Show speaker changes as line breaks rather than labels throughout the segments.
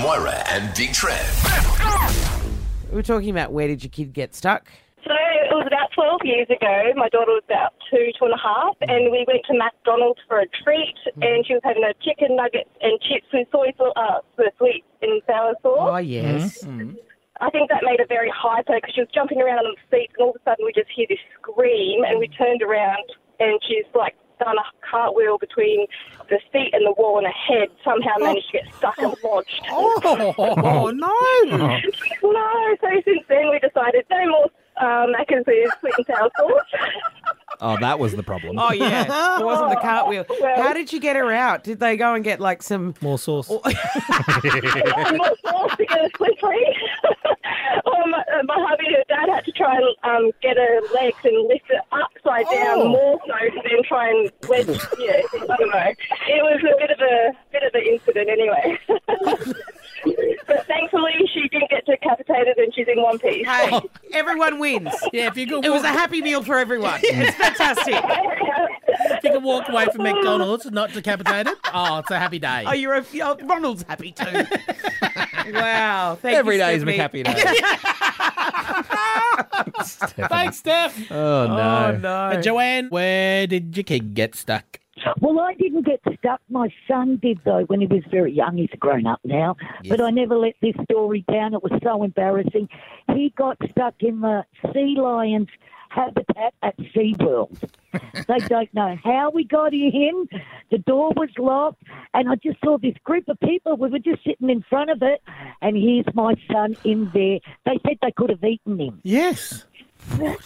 Moira and Big Trev.
We were talking about where did your kid get stuck?
So it was about 12 years ago. My daughter was about two, two and a half, and we went to McDonald's for a treat, and she was having a chicken nuggets and chips with soy sauce, uh, with sweet and sour
Oh,
sauce.
yes.
I think that made her very hyper because she was jumping around on the seats, and all of a sudden we just hear this scream, and we turned around, and she's like done a cartwheel between the seat and the wall, and her head somehow managed to get stuck and lodged.
Oh, no.
No, so since then we decided no more um, Macca's with sweet and sour sauce.
Oh, that was the problem.
Oh, yeah. It wasn't the cartwheel.
Well-
How did you get her out? Did they go and get like some.
More sauce.
Oh,
I'm not forced to go quickly. um, uh, my hubby and her dad had to try and um, get her legs and lift her upside down more so than try and wedge. yeah, I don't know. It was a bit of a bit of an incident anyway. but thankfully, she didn't get decapitated and she's in one piece.
Hey, everyone wins.
Yeah, if you
Oh.
could,
It was
walk,
a happy meal for everyone. It's fantastic.
if you could walk away from McDonald's not decapitated, oh, it's a happy day.
Oh, you're a. Oh, Ronald's happy too. wow. Thank
Every
you,
day is McHappy
Stephanie.
Day.
Thanks, Steph.
Oh,
Oh,
no.
no.
But Joanne, where did your kid get stuck?
Well, I didn't get stuck. My son did, though, when he was very young. He's grown up now. But I never let this story down. It was so embarrassing. He got stuck in the sea lion's habitat at SeaWorld. they don't know how we got in. The door was locked, and I just saw this group of people. We were just sitting in front of it, and here's my son in there. They said they could have eaten him.
Yes.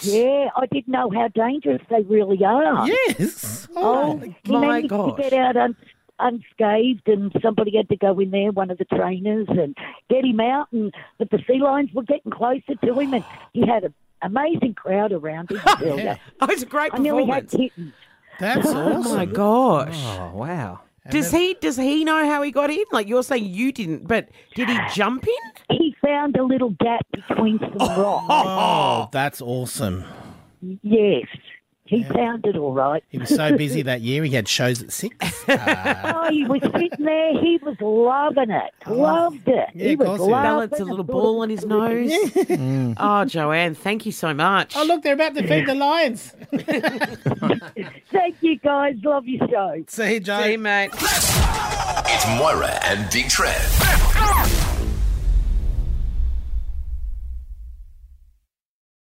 Yeah, I didn't know how dangerous they really are.
Yes.
Oh, he
my
managed
gosh.
to get out un- unscathed, and somebody had to go in there, one of the trainers, and get him out. And but the sea lions were getting closer to him, and he had an amazing crowd around him. I tell ya.
Oh, it's a great
I nearly had
performance.
kittens.
That's
Oh
awesome.
my gosh.
Oh, wow.
Does he does he know how he got in? Like you're saying you didn't, but did he jump in?
He found a little gap between some rocks.
Oh, that's awesome.
Yes, he found it all right.
He was so busy that year. He had shows at six. Uh,
Oh, he was sitting there. He was loving it. Loved it.
Yeah,
he
of course
was
he was.
loving
Balance a
it.
little ball on his nose. Oh, Joanne, thank you so much.
oh, look, they're about to feed the lions.
Thank you, guys. Love your show.
See, Joe.
See, mate.
It's Moira and Big Trev.